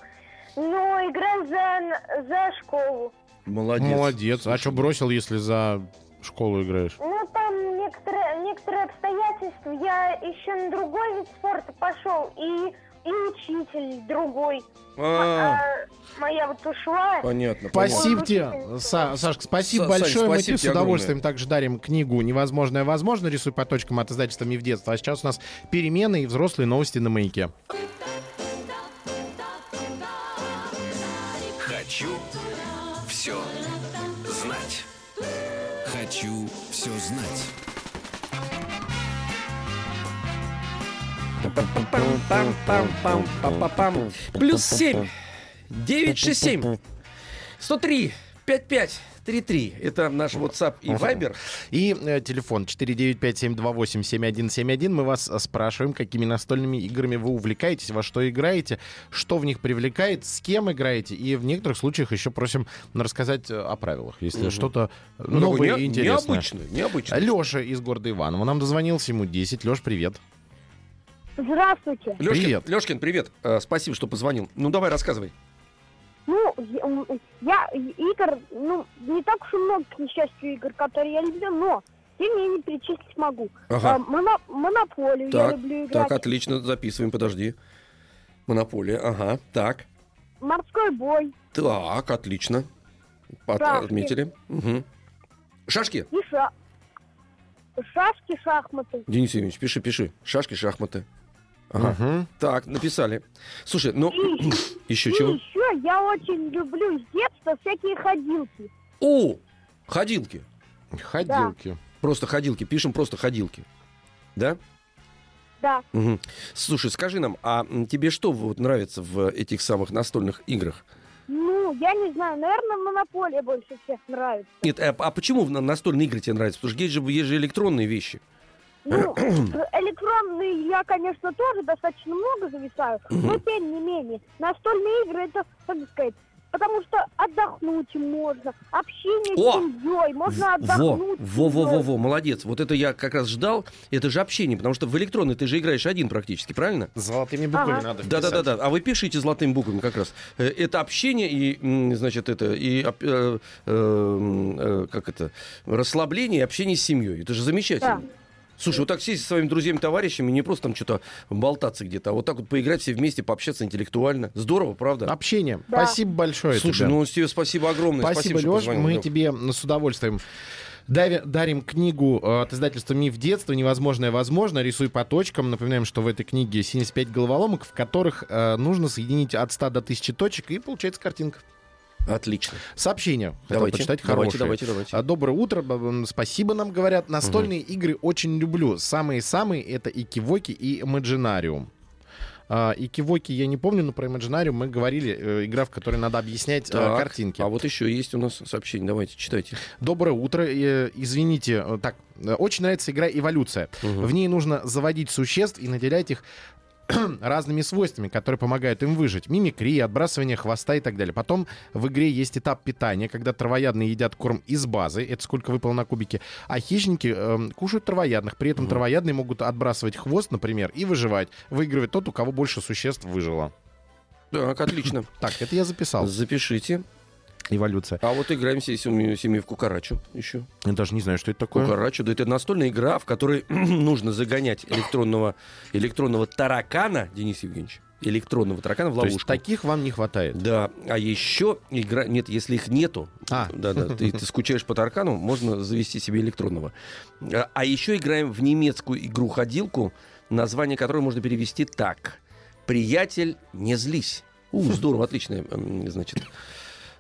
[SPEAKER 5] но играю за, н- за школу.
[SPEAKER 2] Молодец.
[SPEAKER 3] Молодец. А что бросил, если за школу играешь?
[SPEAKER 5] Ну, там некоторые, некоторые обстоятельства. Я еще на другой вид спорта пошел, и, и учитель другой.
[SPEAKER 2] А,
[SPEAKER 5] А, моя вот ушла.
[SPEAKER 2] понятно. понятно.
[SPEAKER 3] Спасибо
[SPEAKER 5] Ой,
[SPEAKER 3] тебе,
[SPEAKER 5] очень
[SPEAKER 3] Са- Сашка, спасибо
[SPEAKER 2] Са-
[SPEAKER 3] большое.
[SPEAKER 2] Сань,
[SPEAKER 3] Мы
[SPEAKER 2] спасибо
[SPEAKER 3] тебе с
[SPEAKER 2] тебе
[SPEAKER 3] удовольствием также дарим книгу «Невозможное возможно. Рисуй по точкам» от издательства «Миф детства». А сейчас у нас перемены и взрослые новости на маяке.
[SPEAKER 1] Хочу все знать. Хочу все знать.
[SPEAKER 2] Пам-пам-пам-пам-пам-пам. Плюс 7. 967. 103. 55. 33. Это наш WhatsApp и Viber.
[SPEAKER 3] И э, телефон 495-728-7171. Мы вас э, спрашиваем, какими настольными играми вы увлекаетесь, во что играете, что в них привлекает, с кем играете. И в некоторых случаях еще просим рассказать э, о правилах, если что-то э, новое и
[SPEAKER 2] Ну, не-
[SPEAKER 3] интересное.
[SPEAKER 2] Необычно, необычно.
[SPEAKER 3] Леша из города Иванова нам дозвонился, ему 10. Леш, привет.
[SPEAKER 5] Здравствуйте.
[SPEAKER 2] Лёшкин,
[SPEAKER 3] Привет.
[SPEAKER 2] Лёшкин, привет. Э, спасибо, что позвонил. Ну, давай, рассказывай.
[SPEAKER 5] Ну, я- м, я э, игр, ну, не так уж и много, к несчастью, игр, которые я люблю, но тем не менее перечислить могу.
[SPEAKER 2] Ага.
[SPEAKER 5] А, моно- монополию я
[SPEAKER 2] Так,
[SPEAKER 5] люблю играть.
[SPEAKER 2] Так, отлично, записываем, подожди. Монополия, ага, так.
[SPEAKER 5] Морской бой
[SPEAKER 2] Так, отлично. От-
[SPEAKER 5] Шашки.
[SPEAKER 2] Отметили. Мгм. Шашки.
[SPEAKER 5] и ша... шашки, шахматы.
[SPEAKER 2] Денис Евгеньевич, пиши, пиши. Шашки, шахматы. Ага.
[SPEAKER 3] Мгм.
[SPEAKER 2] Так, написали. Слушай, ну, еще
[SPEAKER 5] и
[SPEAKER 2] чего?
[SPEAKER 5] еще я очень люблю с детства всякие ходилки.
[SPEAKER 2] О, ходилки.
[SPEAKER 3] Ходилки.
[SPEAKER 2] Просто ходилки. Пишем просто ходилки. Да?
[SPEAKER 5] Да.
[SPEAKER 2] Мгм. Слушай, скажи нам, а м, тебе что вот нравится в этих самых настольных играх?
[SPEAKER 5] Ну, я не знаю, наверное, монополия больше всех нравится.
[SPEAKER 2] Нет, э, а почему в- на- настольные игры тебе нравятся? Потому что есть же, есть же электронные вещи.
[SPEAKER 5] Ну, электронные я, конечно, тоже достаточно много зависаю, но тем не менее, настольные игры это, как бы сказать, потому что отдохнуть можно, общение
[SPEAKER 2] О!
[SPEAKER 5] с семьей, можно
[SPEAKER 2] Во,
[SPEAKER 5] отдохнуть. с
[SPEAKER 2] во, во, во,
[SPEAKER 5] семьей.
[SPEAKER 2] во, молодец. Вот это я как раз ждал. Это же общение, потому что в электронные ты же играешь один практически, правильно?
[SPEAKER 3] С Золотыми буквами
[SPEAKER 5] Ага.
[SPEAKER 3] надо
[SPEAKER 2] Да, да, да,
[SPEAKER 3] вписать.
[SPEAKER 2] да. А вы пишите золотыми буквами как раз. Э, Это общение и, м, значит, это и оп- э, э, м, э, как это расслабление и общение с семьей. Это же замечательно.
[SPEAKER 5] Да.
[SPEAKER 2] Слушай, вот так сесть со своими друзьями, товарищами, не просто там что-то болтаться где-то, а вот так вот поиграть все вместе, пообщаться интеллектуально. Здорово, правда?
[SPEAKER 3] Общение.
[SPEAKER 5] Да.
[SPEAKER 3] Спасибо большое
[SPEAKER 2] Слушай,
[SPEAKER 3] тебе.
[SPEAKER 2] ну тебе спасибо огромное.
[SPEAKER 3] Спасибо,
[SPEAKER 2] что
[SPEAKER 3] Леш.
[SPEAKER 2] позвонил,
[SPEAKER 3] Мы
[SPEAKER 2] Лёх.
[SPEAKER 3] тебе с удовольствием дави- дарим книгу э, от издательства «Миф детства. Невозможное возможно. Рисуй по точкам». Напоминаем, что в этой книге 75 головоломок, в которых э, нужно соединить от 100 до 1000 точек, и получается картинка.
[SPEAKER 2] Отлично.
[SPEAKER 3] Сообщение. Хотел
[SPEAKER 2] Давайте,
[SPEAKER 3] почитать
[SPEAKER 2] давайте,
[SPEAKER 3] хорошее.
[SPEAKER 2] давайте, давайте.
[SPEAKER 3] А, Доброе утро, б- м, спасибо нам говорят. Настольные игры очень люблю. Самые-самые это и кивоки, и Imaginarium. А, И кивоки я не помню, но про Imaginarium мы говорили, э, игра, в которой надо объяснять э,
[SPEAKER 2] Так,
[SPEAKER 3] картинки.
[SPEAKER 2] А вот еще есть у нас сообщение. Давайте, читайте.
[SPEAKER 3] Доброе утро. Э, Извините, э, так, э, очень нравится игра «Эволюция». В ней нужно заводить существ и наделять их разными свойствами, которые помогают им выжить. Мимикрия, отбрасывание хвоста и так далее. Потом в игре есть этап питания, когда травоядные едят корм из базы, это сколько выпало на кубике, а хищники эм, кушают травоядных. При этом травоядные могут отбрасывать хвост, например, и выживать. Выигрывает тот, у кого больше существ выжило.
[SPEAKER 2] Так, отлично.
[SPEAKER 3] Так, это я записал.
[SPEAKER 2] Запишите.
[SPEAKER 3] Эволюция.
[SPEAKER 2] А вот играем всей семьей семьей в кукарачу еще.
[SPEAKER 3] Я даже не знаю, что это такое.
[SPEAKER 2] Кукарачу, да это настольная игра, в которой нужно загонять электронного, электронного таракана, Денис Евгеньевич, электронного таракана в
[SPEAKER 3] То есть
[SPEAKER 2] ловушку.
[SPEAKER 3] таких вам не хватает.
[SPEAKER 2] Да, а еще игра... Нет, если их нету,
[SPEAKER 3] А.
[SPEAKER 2] да-да, ты, ты скучаешь по таракану, можно завести себе электронного. А, а еще играем в немецкую игру-ходилку, название которой можно перевести так. «Приятель, не злись». У, здорово, отличное, м, значит.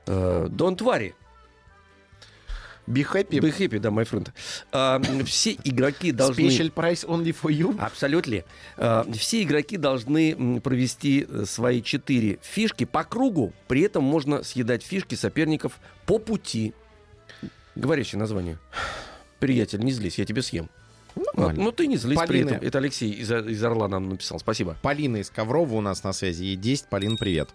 [SPEAKER 2] э, Don't worry.
[SPEAKER 3] Be happy.
[SPEAKER 2] Be happy, да, my friend. А, м, все игроки должны... А,
[SPEAKER 3] Special price only for you.
[SPEAKER 2] Абсолютно. Э, Все игроки должны м, провести э, свои четыре фишки по кругу. При этом можно съедать фишки соперников по пути. Говорящее название. Приятель, не злись, я тебя съем. А,
[SPEAKER 3] Нормально.
[SPEAKER 2] Ну, ты не злись при
[SPEAKER 3] Полина.
[SPEAKER 2] этом. Это Алексей из, э, из Орла нам написал. Спасибо.
[SPEAKER 3] Полина из Коврова у нас на связи. Ей 10. Полин, привет.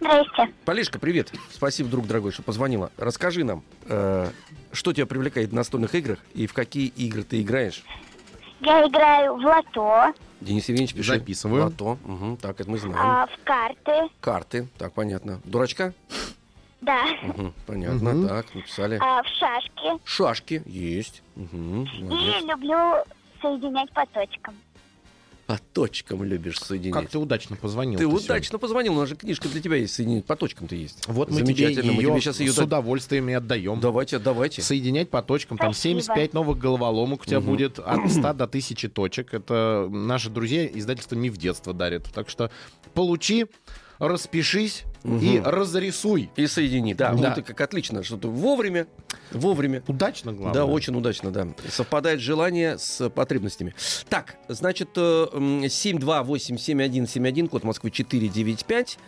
[SPEAKER 5] Здрасте.
[SPEAKER 2] Полишка, привет. Спасибо, друг дорогой, что позвонила. Расскажи нам, э, что тебя привлекает в настольных играх и в какие игры ты играешь?
[SPEAKER 5] Я играю в лото,
[SPEAKER 2] Денис Евгеньевич, пиши.
[SPEAKER 3] Записываю.
[SPEAKER 2] Лото. Мгм, так, это мы знаем.
[SPEAKER 5] а, в карты,
[SPEAKER 2] Карты, так, понятно. Дурачка?
[SPEAKER 5] да,
[SPEAKER 2] Мгм, Понятно,
[SPEAKER 3] Мгм.
[SPEAKER 2] так, написали.
[SPEAKER 5] а, в шашки.
[SPEAKER 2] Шашки есть. Мгм,
[SPEAKER 5] И
[SPEAKER 2] молодец.
[SPEAKER 5] люблю соединять по точкам.
[SPEAKER 2] По точкам любишь соединять.
[SPEAKER 3] Как ты удачно позвонил.
[SPEAKER 2] ты удачно позвонил, у нас же книжка для тебя есть, соединить по точкам-то есть.
[SPEAKER 3] Вот мы тебе
[SPEAKER 2] Замечательно, мы
[SPEAKER 3] ее
[SPEAKER 2] тебе сейчас ее
[SPEAKER 3] с удовольствием и отдаем.
[SPEAKER 2] Давайте, давайте.
[SPEAKER 3] Соединять по точкам. Там
[SPEAKER 5] Спасибо.
[SPEAKER 3] 75 новых головоломок у тебя
[SPEAKER 2] Мгм.
[SPEAKER 3] будет от 100 до 1000 точек. Это наши друзья издательство «Миф детства» дарит. Так что получи, распишись и
[SPEAKER 2] Мгм.
[SPEAKER 3] разрисуй.
[SPEAKER 2] И соедини, да.
[SPEAKER 3] Да.
[SPEAKER 2] Ну, ты как отлично, что ты вовремя, вовремя.
[SPEAKER 3] Удачно, главное.
[SPEAKER 2] Да, очень удачно, да. Совпадает желание с потребностями. Так, значит, э, м, 7287171, код Москвы 495.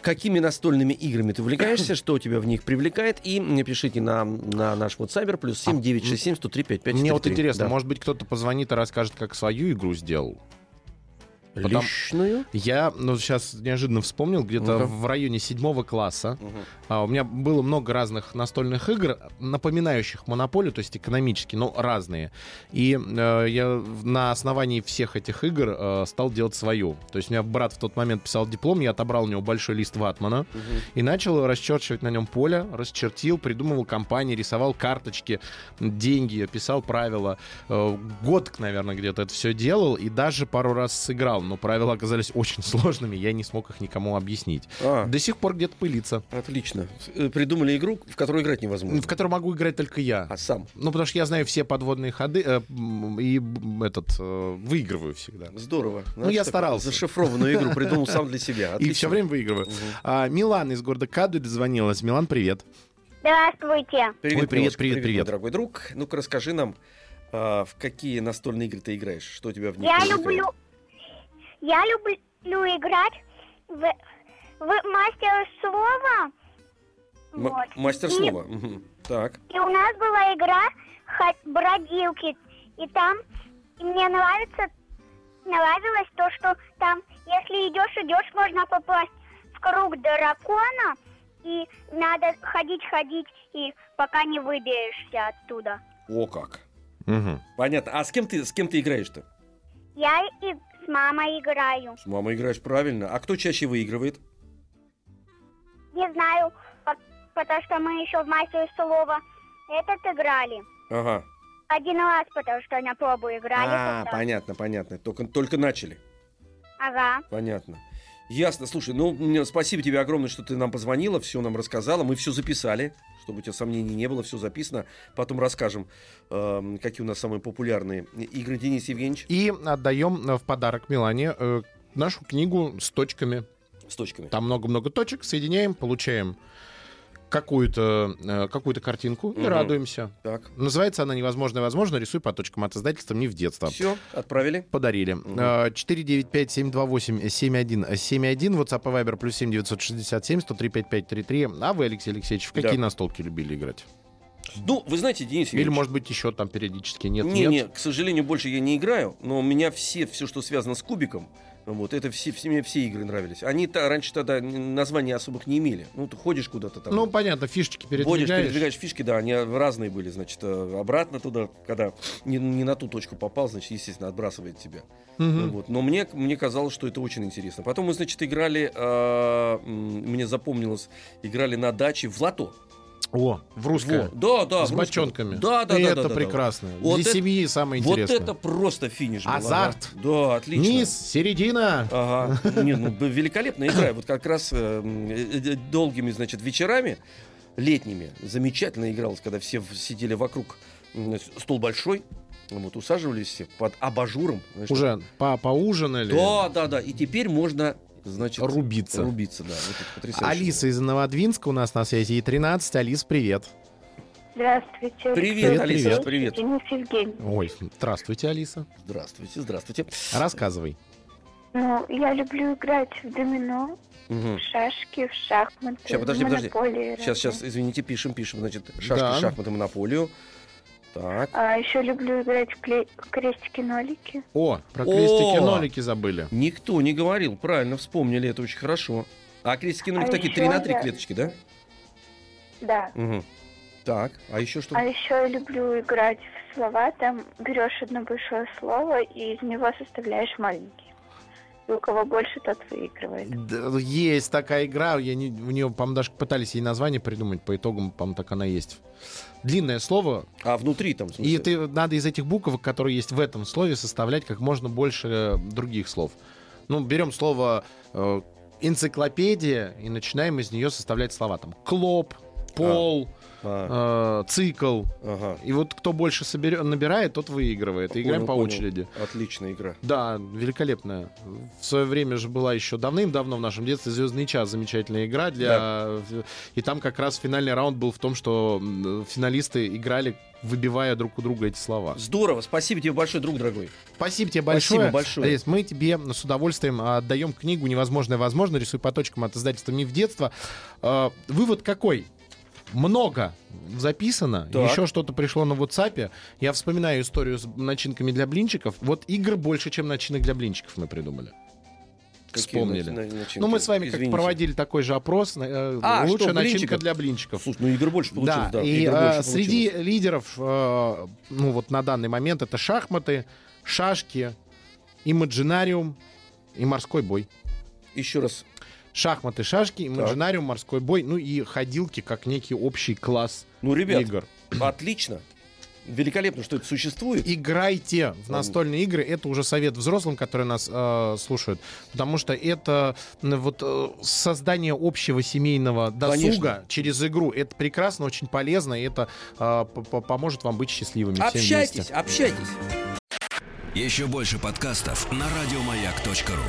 [SPEAKER 2] Какими настольными играми ты увлекаешься, что тебя в них привлекает, и мне пишите на, на наш WhatsApp плюс 7967 103 55
[SPEAKER 3] А, Мне вот интересно, может быть, кто-то позвонит и расскажет, как свою игру сделал. потом-
[SPEAKER 2] Личную?
[SPEAKER 3] Я, ну, сейчас неожиданно вспомнил, где-то
[SPEAKER 2] Ну-ка.
[SPEAKER 3] в районе седьмого класса а, у меня было много разных настольных игр, напоминающих монополию, то есть экономически, но разные. И э, я в- на основании всех этих игр э, стал делать свою. То есть у меня брат в тот момент писал диплом, я отобрал у него большой лист ватмана и начал расчерчивать на нем поле, расчертил, придумывал компании, рисовал карточки, деньги, писал правила. Э, Год, наверное, где-то это все делал и даже пару раз сыграл, но правила оказались очень сложными, я не смог их никому объяснить.
[SPEAKER 2] А,
[SPEAKER 3] До сих пор где-то пылится,
[SPEAKER 2] отлично. Э, Придумали игру, в которую играть невозможно.
[SPEAKER 3] в которой могу играть только я.
[SPEAKER 2] А сам.
[SPEAKER 3] Ну, потому что я знаю все подводные ходы э, м, и м, этот э, выигрываю всегда.
[SPEAKER 2] Здорово.
[SPEAKER 3] Ну, я старался.
[SPEAKER 2] Зашифрованную игру придумал сам для себя.
[SPEAKER 3] И все
[SPEAKER 2] Отлично.
[SPEAKER 3] время выигрываю. А, Милан из города Кадуй дозвонилась. Милан, привет.
[SPEAKER 5] Здравствуйте.
[SPEAKER 2] Привет,
[SPEAKER 3] Ой, привет,
[SPEAKER 2] Милочка,
[SPEAKER 3] привет, привет.
[SPEAKER 2] мой дорогой друг. Ну-ка расскажи нам, а, в какие настольные игры ты играешь, что у тебя в них
[SPEAKER 5] Я
[SPEAKER 2] привлекает?
[SPEAKER 5] люблю... Я люблю играть в, в мастера слова.
[SPEAKER 2] М-
[SPEAKER 5] Вот.
[SPEAKER 2] Мастер
[SPEAKER 5] И-
[SPEAKER 2] слова. Мгм. Так.
[SPEAKER 5] И у нас была игра ха- бродилки. И там мне нравится, нравилось то, что там, если идешь, идешь, можно попасть в круг дракона. И надо ходить, ходить, и пока не выберешься оттуда.
[SPEAKER 2] О как.
[SPEAKER 3] Мгм.
[SPEAKER 2] Понятно. А с кем ты, с кем ты играешь-то?
[SPEAKER 5] Я и с мамой играю.
[SPEAKER 2] С мамой играешь правильно. А кто чаще выигрывает?
[SPEAKER 5] Не знаю, по- потому что мы еще в мастере слова этот играли.
[SPEAKER 2] Ага.
[SPEAKER 5] Один раз, потому что на пробу играли.
[SPEAKER 2] А,
[SPEAKER 5] тогда.
[SPEAKER 2] понятно, понятно. Только, только начали.
[SPEAKER 5] Ага.
[SPEAKER 2] Понятно. Ясно. Слушай, ну, м, спасибо тебе огромное, что ты нам позвонила, все нам рассказала. Мы все записали, чтобы у тебя сомнений не было, все записано. Потом расскажем, эм, какие у нас самые популярные игры. Денис Евгеньевич
[SPEAKER 3] И отдаем э, в подарок Милане э, нашу книгу с точками.
[SPEAKER 2] с точками.
[SPEAKER 3] Там много-много точек, соединяем, получаем какую-то э, какую-то картинку и
[SPEAKER 2] Мгм.
[SPEAKER 3] радуемся.
[SPEAKER 2] Так.
[SPEAKER 3] Называется она «Невозможно, возможно. Рисуй по точкам от издательства «Миф детства».
[SPEAKER 2] Все, отправили.
[SPEAKER 3] Подарили. Э, 495-728-7171, WhatsApp и Viber, плюс 7967-103-5533. А вы, Алексей Алексеевич, в какие
[SPEAKER 2] Да.
[SPEAKER 3] настолки любили играть?
[SPEAKER 2] Ну, вы знаете, Денис
[SPEAKER 3] Или,
[SPEAKER 2] Евгеньевич,
[SPEAKER 3] может быть, еще там периодически нет?
[SPEAKER 2] не,
[SPEAKER 3] нет?
[SPEAKER 2] не, к сожалению, больше я не играю, но у меня все, все, что связано с кубиком, вот, это все, все, мне все игры нравились. Они та- раньше тогда н- названий особых не имели. Ну, ты ходишь куда-то там.
[SPEAKER 3] Ну, понятно, фишечки
[SPEAKER 2] Водишь,
[SPEAKER 3] передвигаешь.
[SPEAKER 2] передвигаешь фишки, да, они разные были, значит, э, обратно туда, когда не, не на ту точку попал, значит, естественно, отбрасывает тебя. Ну
[SPEAKER 3] Мгм.
[SPEAKER 2] Вот. Но мне, мне казалось, что это очень интересно. Потом мы, значит, играли, э, м, мне запомнилось, играли на даче в лото.
[SPEAKER 3] О, в
[SPEAKER 2] Во,
[SPEAKER 3] русское.
[SPEAKER 2] Да, да.
[SPEAKER 3] С
[SPEAKER 2] в русском.
[SPEAKER 3] бочонками.
[SPEAKER 2] Да, да,
[SPEAKER 3] И
[SPEAKER 2] да.
[SPEAKER 3] это
[SPEAKER 2] да, да, да.
[SPEAKER 3] прекрасно.
[SPEAKER 2] Вот
[SPEAKER 3] Для
[SPEAKER 2] это-
[SPEAKER 3] семьи самое
[SPEAKER 2] Вот
[SPEAKER 3] интересное.
[SPEAKER 2] это просто финиш. был,
[SPEAKER 3] Азарт.
[SPEAKER 2] ага. Да, отлично.
[SPEAKER 3] Низ, середина.
[SPEAKER 2] Ага. Не, ну б- великолепная игра. Вот как раз э, м, э, э, долгими, значит, вечерами, летними, замечательно игралась, когда все в- сидели вокруг м, э, с- стол большой, вот усаживались все под абажуром. знаешь,
[SPEAKER 3] Уже по поужинали.
[SPEAKER 2] Да, да, да. И теперь можно, значит,
[SPEAKER 3] Рубиться.
[SPEAKER 2] Рубиться, да. Вот это потрясающе.
[SPEAKER 3] Алиса из Новодвинска у нас на связи. И 13. Алис, привет.
[SPEAKER 4] Здравствуйте.
[SPEAKER 2] Привет,
[SPEAKER 3] Привет,
[SPEAKER 2] Алиса,
[SPEAKER 3] привет.
[SPEAKER 2] привет.
[SPEAKER 4] Денис Евгений.
[SPEAKER 3] Ой, здравствуйте, Алиса.
[SPEAKER 2] Здравствуйте, здравствуйте.
[SPEAKER 3] А Рассказывай.
[SPEAKER 4] Ну, я люблю играть в домино, в
[SPEAKER 2] Мгм.
[SPEAKER 4] шашки, в шахматы,
[SPEAKER 2] Ща, подожди,
[SPEAKER 4] в
[SPEAKER 2] подожди.
[SPEAKER 4] монополии.
[SPEAKER 2] Сейчас, сейчас, извините, пишем, пишем. Значит, шашки,
[SPEAKER 3] Да.
[SPEAKER 2] шахматы, монополию. Так.
[SPEAKER 4] А еще люблю играть в, кле- в крестики-нолики.
[SPEAKER 3] О, про
[SPEAKER 2] О!
[SPEAKER 3] крестики-нолики забыли.
[SPEAKER 2] Никто не говорил, правильно, вспомнили, это очень хорошо. А крестики ну,
[SPEAKER 4] А
[SPEAKER 2] такие
[SPEAKER 4] ещё
[SPEAKER 2] 3 на 3
[SPEAKER 4] я-
[SPEAKER 2] клеточки, да?
[SPEAKER 4] Да.
[SPEAKER 2] Мгм. Так, а еще что?
[SPEAKER 4] А еще я люблю играть в слова. Там берешь одно большое слово и из него составляешь маленькие. И у кого больше, тот выигрывает.
[SPEAKER 3] Да, есть такая игра, я не, у нее, по-моему, даже пытались ей название придумать, по итогам, по-моему, так она есть. Длинное слово,
[SPEAKER 2] А внутри там, в смысле?
[SPEAKER 3] и ты надо из этих букв, которые есть в этом слове, составлять как можно больше э, других слов. Ну, берем слово э, энциклопедия и начинаем из нее составлять слова. Там клоп, пол,
[SPEAKER 2] А,
[SPEAKER 3] э, цикл.
[SPEAKER 2] ага.
[SPEAKER 3] И вот кто больше соберет, набирает, тот выигрывает. И
[SPEAKER 2] Понял,
[SPEAKER 3] играем по
[SPEAKER 2] понял.
[SPEAKER 3] очереди.
[SPEAKER 2] Отличная игра.
[SPEAKER 3] Да, великолепная. В свое время же была еще давным-давно в нашем детстве Звездный час замечательная игра для. И там как раз финальный раунд был в том, что м, финалисты играли, выбивая друг у друга эти слова.
[SPEAKER 2] Здорово, спасибо тебе большое, друг дорогой.
[SPEAKER 3] Спасибо тебе большое.
[SPEAKER 2] Спасибо большое.
[SPEAKER 3] Лис, мы тебе с удовольствием а, отдаем книгу «Невозможное возможно. Рисуй по точкам» от издательства «Миф детства». Э, Вывод какой? Много записано,
[SPEAKER 2] Так.
[SPEAKER 3] еще что-то пришло на WhatsApp. Я вспоминаю историю с начинками для блинчиков. Вот игр больше, чем начинок для блинчиков мы придумали.
[SPEAKER 2] Какие
[SPEAKER 3] Вспомнили.
[SPEAKER 2] на- на- начинки?
[SPEAKER 3] Ну, мы с вами
[SPEAKER 2] Извините.
[SPEAKER 3] как проводили такой же опрос. э,
[SPEAKER 2] А, что,
[SPEAKER 3] лучшая начинка
[SPEAKER 2] блинчиков?
[SPEAKER 3] для блинчиков.
[SPEAKER 2] Слушай, ну игр больше получилось, да.
[SPEAKER 3] Да, и
[SPEAKER 2] игр
[SPEAKER 3] э,
[SPEAKER 2] больше
[SPEAKER 3] среди
[SPEAKER 2] получилось.
[SPEAKER 3] лидеров, э, ну вот на данный момент, это шахматы, шашки, имаджинариум и морской бой.
[SPEAKER 2] Еще раз.
[SPEAKER 3] Шахматы, шашки, имаджинариум, морской бой, ну и ходилки как некий общий класс
[SPEAKER 2] Ну, ребят,
[SPEAKER 3] игр.
[SPEAKER 2] отлично. Великолепно, что это существует.
[SPEAKER 3] Играйте в настольные игры, это уже совет взрослым, которые нас э, слушают, потому что это м, вот э, создание общего семейного досуга
[SPEAKER 2] Конечно.
[SPEAKER 3] через игру, это прекрасно, очень полезно, и это э, по- по- поможет вам быть счастливыми. всем вместе.
[SPEAKER 2] Общайтесь, общайтесь.
[SPEAKER 1] Еще больше подкастов на радиомаяк.ру.